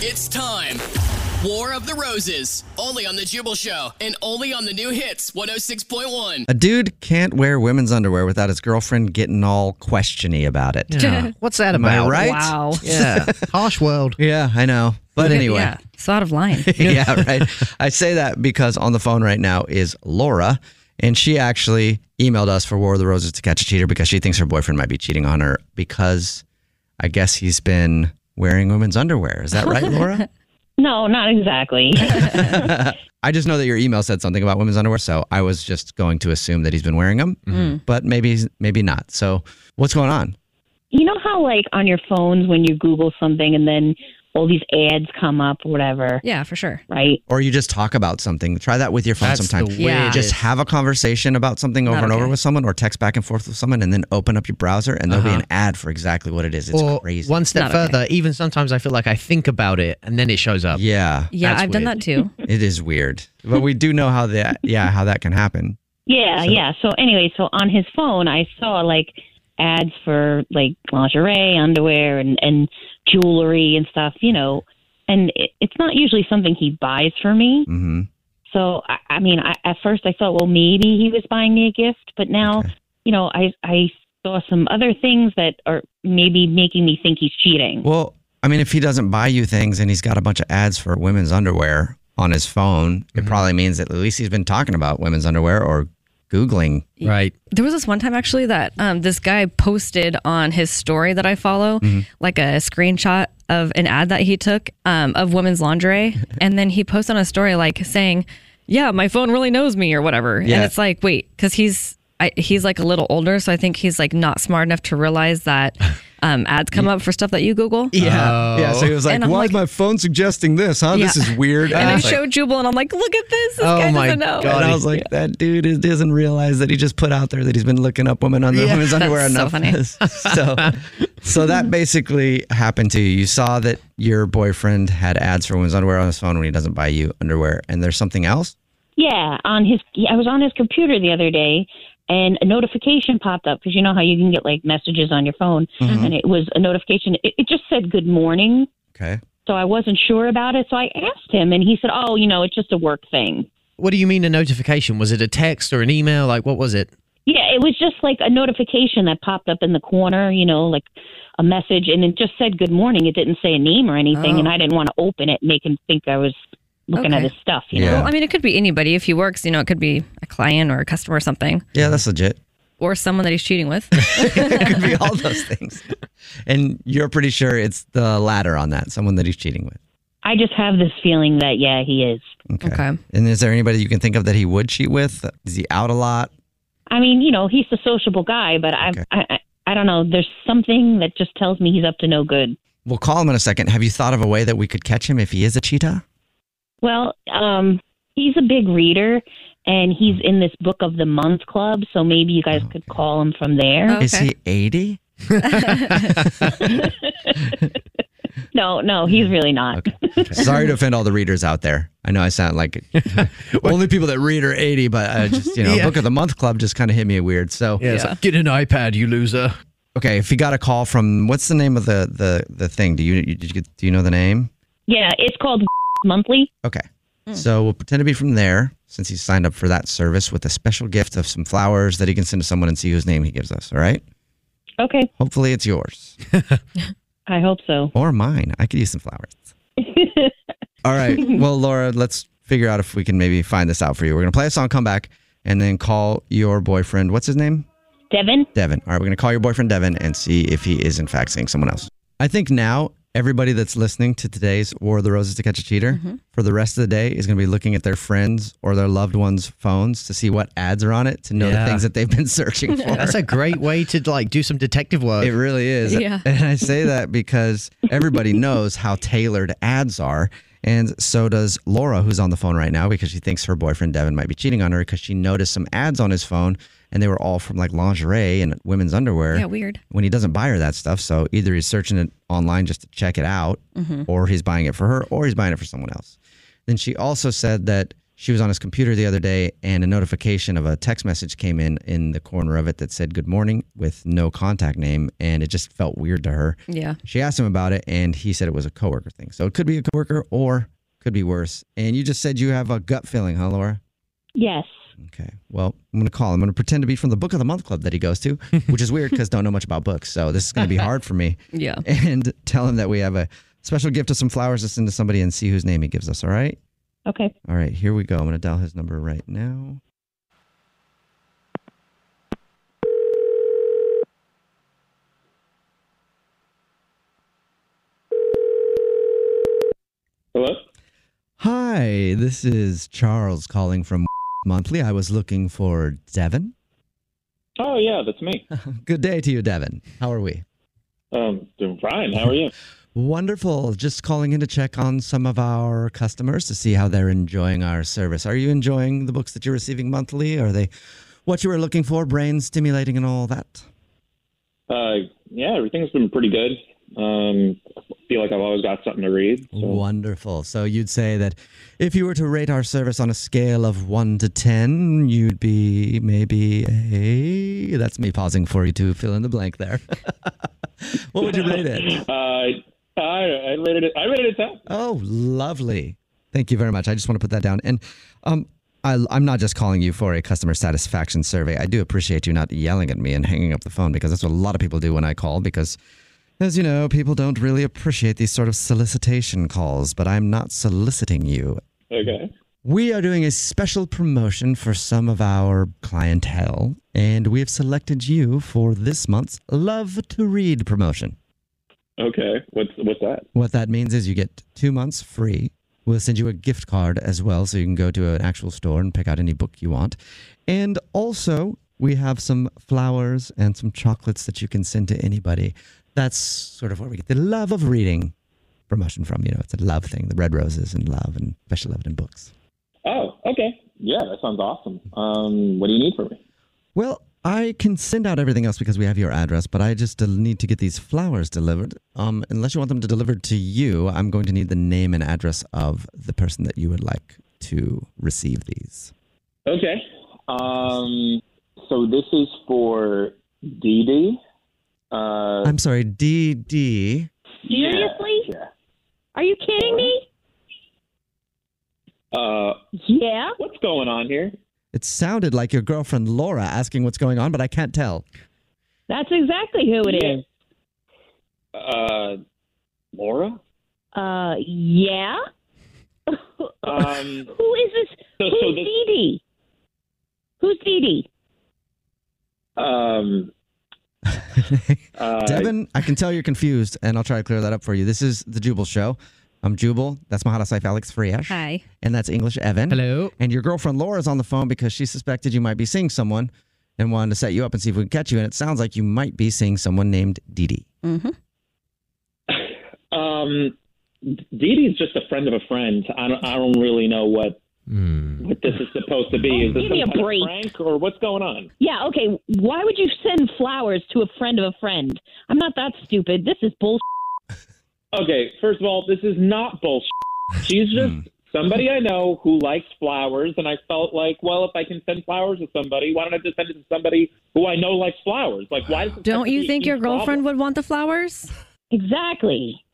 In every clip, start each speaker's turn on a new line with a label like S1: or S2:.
S1: It's time. War of the Roses. Only on the Jubal Show and only on the new hits 106.1.
S2: A dude can't wear women's underwear without his girlfriend getting all questiony about it.
S3: Yeah.
S2: What's that
S3: Am I
S2: about?
S3: right?
S2: Wow. Yeah.
S3: Harsh world.
S2: yeah, I know. But anyway.
S4: Yeah, it's a lot of lying.
S2: yeah, right. I say that because on the phone right now is Laura, and she actually emailed us for War of the Roses to catch a cheater because she thinks her boyfriend might be cheating on her because I guess he's been wearing women's underwear. Is that right, Laura?
S5: No, not exactly.
S2: I just know that your email said something about women's underwear, so I was just going to assume that he's been wearing them, but maybe maybe not. So, what's going on?
S5: you know how, like, on your phones when you Google something and then all these ads come up, whatever,
S4: yeah, for sure.
S5: right?
S2: Or you just talk about something. Try that with your phone
S3: That's
S2: sometime.
S3: the
S4: Yeah.
S2: Just
S3: weirdest.
S2: have a conversation about something over
S4: Not
S2: and over
S4: okay.
S2: with someone, or text back and forth with someone, and then open up your browser, and there'll be
S3: Uh-huh.
S2: an ad for exactly what it is. It's
S3: or
S2: crazy.
S3: one step
S4: Not okay.
S3: further, even sometimes I feel like I think about it and then it shows up.
S2: yeah,
S4: Yeah,
S3: That's
S4: I've done
S3: weird.
S4: that too.
S2: it is weird, but we do know how that. Yeah, how that can happen.
S5: Yeah,
S2: So-
S5: yeah. So, anyway, so on his phone, I saw, like, ads for, like, lingerie, underwear, and, and jewelry and stuff, you know. And it, it's not usually something he buys for me.
S2: hmm
S5: So, I, I mean, I, at first I thought, well, maybe he was buying me a gift, but now,
S2: Okay.
S5: you know, I, I saw some other things that are maybe making me think he's cheating.
S2: Well, I mean, if he doesn't buy you things and he's got a bunch of ads for women's underwear on his phone, it probably means that at least he's been talking about women's underwear or googling.
S3: Right.
S4: There was this one time actually that um, this guy posted on his story that I follow,
S2: Mm-hmm.
S4: like a screenshot of an ad that he took um, of women's lingerie. and then he posted on a story like saying, Yeah, my phone really knows me or whatever.
S2: Yeah.
S4: And it's like, wait, because he's. I, he's like a little older, so I think he's like not smart enough to realize that um, ads come up for stuff that you Google.
S2: Yeah, yeah. So he was like,
S4: And I'm
S2: "Why
S4: like-
S2: is my phone suggesting this? Huh? Oh, This
S4: Yeah.
S2: is weird."
S4: And
S2: I
S4: I
S2: was like-
S4: showed Jubal, and I'm like, "Look at this! This
S3: Oh
S4: guy
S3: my
S4: doesn't know."
S3: God.
S2: And I was like, that dude is, doesn't realize that he just put out there that he's been looking up women under women's underwear
S4: That's so
S2: enough.
S4: funny.
S2: so, so that basically happened to you. You saw that your boyfriend had ads for women's underwear on his phone when he doesn't buy you underwear, and there's something else.
S5: Yeah, on his I was on his computer the other day and a notification popped up because you know how you can get like messages on your phone and it was a notification it, it just said good morning
S2: Okay.
S5: so I wasn't sure about it so I asked him and he said oh you know it's just a work thing
S3: What do you mean a notification? Was it a text or an email? Like, what was it?
S5: yeah it was just like a notification that popped up in the corner you know like a message and it just said good morning it didn't say a name or anything and I didn't want to open it and make him think I was looking at
S4: Okay.
S5: his stuff you
S2: Yeah.
S5: know
S4: Well, I mean, it could be anybody. If he works, you know, it could be a client or a customer or something,
S2: Yeah, that's legit.
S4: or someone that he's cheating with.
S2: it could be all those things. And you're pretty sure it's the latter on that, someone that he's cheating with.
S5: I just have this feeling that yeah he is
S2: Okay.
S4: Okay.
S2: And is there anybody you can think of that he would cheat with? Is he out a lot?
S5: I mean, you know, he's the sociable guy, but I,
S2: Okay.
S5: I, I, I don't know. There's something that just tells me he's up to no good.
S2: We'll call him in a second. Have you thought of a way that we could catch him if he is a cheetah?
S5: Well, um, he's a big reader, and he's in this book of the month club. So maybe you guys could call
S6: Oh.
S5: him from there.
S4: Oh.
S2: Is
S4: Okay.
S2: he 80?
S5: No, no, he's really not.
S2: Sorry to offend all the readers out there. I know I sound like only people that read are 80, but uh, just, you know,
S3: Yeah.
S2: Book of the Month Club just kind of hit me weird. So,
S3: Yeah, it's like, get an iPad, you loser.
S2: okay, if you got a call from, what's the name of the, the, the thing? Do you, you, did you get, do you know the name?
S5: Yeah, it's called monthly.
S2: Okay. So we'll pretend to be from there since he's signed up for that service with a special gift of some flowers that he can send to someone and see whose name he gives us. All right.
S5: Okay,
S2: Hopefully it's yours
S5: I hope so.
S2: or mine. I could use some flowers. All right. Well, Laura, let's figure out if we can maybe find this out for you. We're going to play a song, come back, and then call your boyfriend. What's his name?
S5: Devin,
S2: Devin. All right, we're going to call your boyfriend Devin and see if he is in fact seeing someone else. I think now everybody that's listening to today's War of the Roses to Catch a Cheater for the rest of the day is going to be looking at their friends or their loved ones' phones to see what ads are on it to know
S3: Yeah.
S2: the things that they've been searching for.
S3: That's a great way to like do some detective work.
S2: It really is.
S4: Yeah.
S2: And I say that because everybody knows how tailored ads are. And so does Laura, who's on the phone right now because she thinks her boyfriend Devin might be cheating on her because she noticed some ads on his phone and they were all from like lingerie and women's underwear.
S4: Yeah, weird.
S2: When he doesn't buy her that stuff. So either he's searching it online just to check it out or he's buying it for her or he's buying it for someone else. Then she also said that she was on his computer the other day and a notification of a text message came in in the corner of it that said good morning with no contact name and it just felt weird to her.
S4: Yeah.
S2: She asked him about it and he said it was a coworker thing. So it could be a coworker or could be worse. And you just said you have a gut feeling, huh, Laura?
S5: yes.
S2: Okay. Well, I'm going to call him. I'm going to pretend to be from the Book of the Month Club that he goes to, which is weird because don't know much about books. So this is going to be hard for me.
S4: Yeah.
S2: And tell him that we have a special gift of some flowers to send to somebody and see whose name he gives us. All right.
S5: Okay.
S2: All right, here we go. I'm going to dial his number right now.
S6: Hello?
S2: Hi, this is Charles calling from Monthly. I was looking for Devin.
S6: Oh, yeah, that's me.
S2: Good day to you, Devin. How are we?
S6: Um, doing fine. How are you?
S2: Wonderful. Just calling in to check on some of our customers to see how they're enjoying our service. Are you enjoying the books that you're receiving monthly? Are they what you were looking for, brain stimulating and all that?
S6: Uh, yeah, everything's been pretty good. Um, feel like I've always got something to read. So.
S2: Wonderful. So you'd say that if you were to rate our service on a scale of one to ten, you'd be maybe a. That's me pausing for you to fill in the blank there. what would you rate it?
S6: Uh, I, I rated it. I rated it ten.
S2: Oh, lovely. Thank you very much. I just want to put that down. And um, I, I'm not just calling you for a customer satisfaction survey. I do appreciate you not yelling at me and hanging up the phone because that's what a lot of people do when I call because. As you know, people don't really appreciate these sort of solicitation calls, but I'm not soliciting you.
S6: Okay.
S2: We are doing a special promotion for some of our clientele, and we have selected you for this month's Love to Read promotion.
S6: Okay. What's what's that?
S2: What that means is you get two months free. We'll send you a gift card as well, so you can go to an actual store and pick out any book you want. And also, we have some flowers and some chocolates that you can send to anybody. That's sort of where we get the love of reading promotion from. You know, it's a love thing, the red roses and love and special love in books.
S6: Oh, okay. Yeah, that sounds awesome. Um, what do you need from me?
S2: Well, I can send out everything else because we have your address, but I just uh, need to get these flowers delivered. Um, unless you want them to delivered to you, I'm going to need the name and address of the person that you would like to receive these.
S6: Okay. Um, so this is for Dee Dee. Uh,
S2: I'm sorry, DD.
S6: yeah,
S5: Seriously?
S6: Yeah.
S5: Are you kidding me?
S6: Uh,
S5: Yeah.
S6: what's going on here?
S2: It sounded like your girlfriend Laura asking what's going on, but I can't tell.
S5: That's exactly who it is.
S6: Uh, Laura.
S5: Uh, yeah.
S6: Um,
S5: Who is this?
S6: So-
S5: Who's
S6: so this-
S5: Dee Dee? Who's Dee Dee?
S6: um, uh,
S2: Devin, I can tell you're confused, and I'll try to clear that up for you. This is the Jubal Show. I'm Jubal. That's my hot wife, Alex Friash.
S4: Hi.
S2: And that's English Evan.
S3: Hello.
S2: And your girlfriend Laura's on the phone because she suspected you might be seeing someone and wanted to set you up and see if we could catch you. And it sounds like you might be seeing someone named Dee Dee.
S6: Um, Dee Dee's just a friend of a friend. I don't, I don't really know what what this is supposed to be.
S5: Oh,
S6: is this
S5: give
S6: some
S5: me a
S6: kind of
S5: break.
S6: prank or what's going on?
S5: Yeah, okay. Why would you send flowers to a friend of a friend? I'm not that stupid. This is bullshit.
S6: Okay, first of all, this is not bullshit. She's just somebody I know who likes flowers, and I felt like, well, if I can send flowers to somebody, why don't I just send it to somebody who I know likes flowers? Like, why does this have
S4: Don't
S6: to
S4: you
S6: be a
S4: think your
S6: huge
S4: girlfriend
S6: problem?
S4: would want the flowers?
S5: Exactly.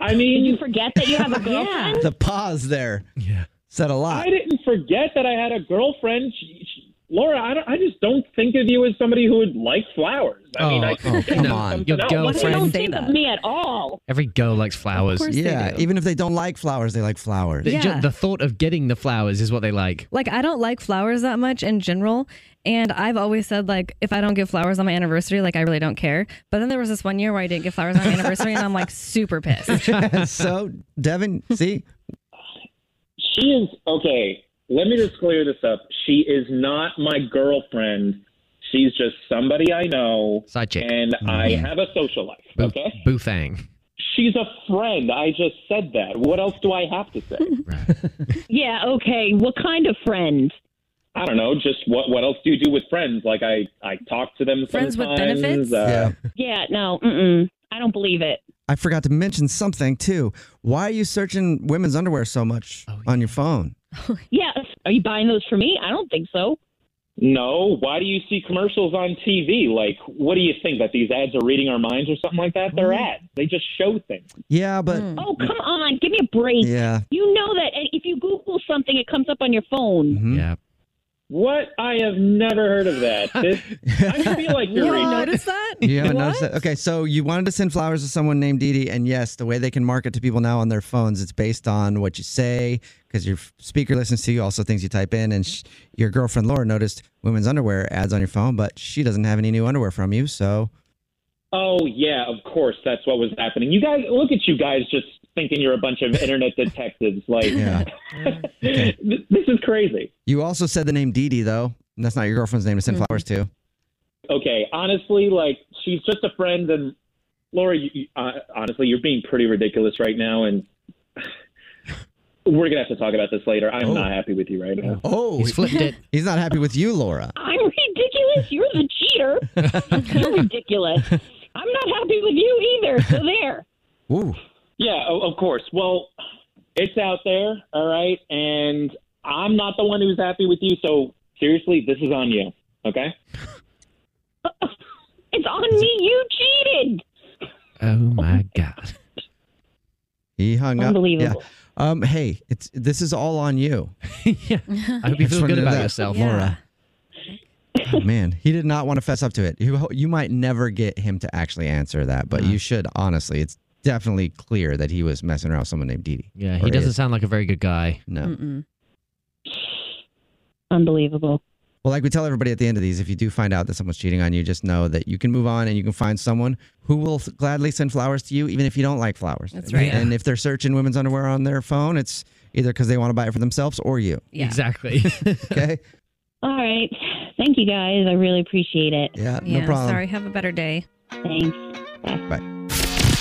S6: I
S5: Did you
S6: mean,
S5: forget that you have a girlfriend?
S2: The pause there
S3: Yeah.
S2: said a lot.
S6: I didn't forget that I had a girlfriend. She, she, Laura, I, don't, I just don't think of you as somebody who would like flowers. I mean,
S3: Oh,
S6: I
S2: oh,
S6: think
S2: come on.
S3: Your
S5: Well, they don't
S3: girlfriend.
S4: Say
S5: think
S4: that.
S5: of me at all.
S3: Every girl likes flowers.
S4: course. they
S2: yeah,
S4: do.
S2: even if they don't like flowers, they like flowers.
S3: The, ju-
S4: Yeah.
S3: the thought of getting the flowers is what they like.
S4: Like I don't like flowers that much in general, and I've always said like if I don't get flowers on my anniversary, like I really don't care. But then there was this one year where I didn't get flowers on my anniversary, and I'm like super pissed.
S2: so, Devin, see,
S6: she is okay. Let me just clear this up. She is not my girlfriend. She's just somebody I know,
S3: Side chick. Mm,
S6: and I have a social life.
S3: Boo-
S6: Okay,
S3: Boofang.
S6: she's a friend. I just said that. What else do I have to say?
S5: Yeah, okay. What kind of friend?
S6: I don't know. Just what what else do you do with friends? Like I I talk to them
S4: Friends with
S6: sometimes,
S4: benefits?
S6: uh,
S2: yeah.
S5: Yeah, no, mm-mm. I don't believe it.
S2: I forgot to mention something too. Why are you searching women's underwear so much on your phone?
S5: Yeah, are you buying those for me? I don't think so.
S6: No, why do you see commercials on TV? Like, what do you think that these ads are reading our minds or something like that? They're ads. They just show things.
S2: Yeah, but
S5: Oh, come on, give me a break.
S2: yeah,
S5: You know that if you Google something, it comes up on your phone.
S2: Mhm.
S3: Yeah.
S6: What? I have never heard of that. This, I feel like
S4: you
S6: you're
S4: haven't
S6: reading.
S4: noticed that?
S2: you haven't
S4: What?
S2: noticed that. Okay, so you wanted to send flowers to someone named Dee Dee, and yes, the way they can market to people now on their phones, it's based on what you say because your speaker listens to you, also things you type in, and sh- your girlfriend Laura noticed women's underwear ads on your phone, but she doesn't have any new underwear from you, so
S6: Oh yeah, of course. That's what was happening. You guys, look at you guys just thinking you're a bunch of internet detectives. Like,
S2: yeah.
S6: th- this is crazy.
S2: you also said the name Dee Dee though, and that's not your girlfriend's name to send flowers to.
S6: Okay, honestly, like she's just a friend, and Laura, you, you- uh, honestly, you're being pretty ridiculous right now, and we're gonna have to talk about this later. I'm not happy with you right now.
S2: Oh,
S3: He's flipped it.
S2: he's not happy with you, Laura.
S5: I'm ridiculous. You're the cheater. You're ridiculous. I'm not happy with you either. So there.
S2: Ooh.
S6: Yeah, o- of course. Well, it's out there, all right, and I'm not the one who's happy with you. So seriously, this is on you. Okay.
S5: It's on me. You cheated.
S3: Oh my God.
S2: He hung up.
S5: Unbelievable.
S2: Yeah. Um, hey, it's this is all on you.
S3: yeah. I hope you
S2: Just
S3: feel
S2: wanted
S3: good
S2: to
S3: about
S2: know.
S3: yourself.
S2: Laura. Oh, man, he did not want to fess up to it. You, you might never get him to actually answer that, but
S3: Uh-huh.
S2: you should honestly. It's definitely clear that he was messing around with someone named Dee Dee.
S3: Yeah,
S2: Or
S3: he doesn't
S2: is.
S3: sound like a very good guy.
S2: No.
S4: Mm-mm.
S5: Unbelievable.
S2: Well, like we tell everybody at the end of these, if you do find out that someone's cheating on you, just know that you can move on and you can find someone who will f- gladly send flowers to you, even if you don't like flowers.
S4: That's right.
S2: And if they're searching women's underwear on their phone, it's either because they want to buy it for themselves or you.
S4: Yeah.
S3: Exactly.
S2: Okay.
S5: All right. Thank you guys. I really appreciate it.
S2: Yeah.
S4: Yeah.
S2: no problem.
S4: Sorry. Have a better day.
S5: Thanks.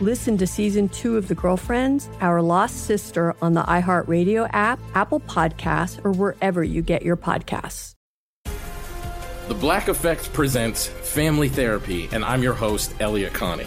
S7: Listen to season two of The Girlfriends, Our Lost Sister on the iHeartRadio app, Apple Podcasts, or wherever you get your podcasts.
S8: The Black Effect presents Family Therapy, and I'm your host, Elia Connie.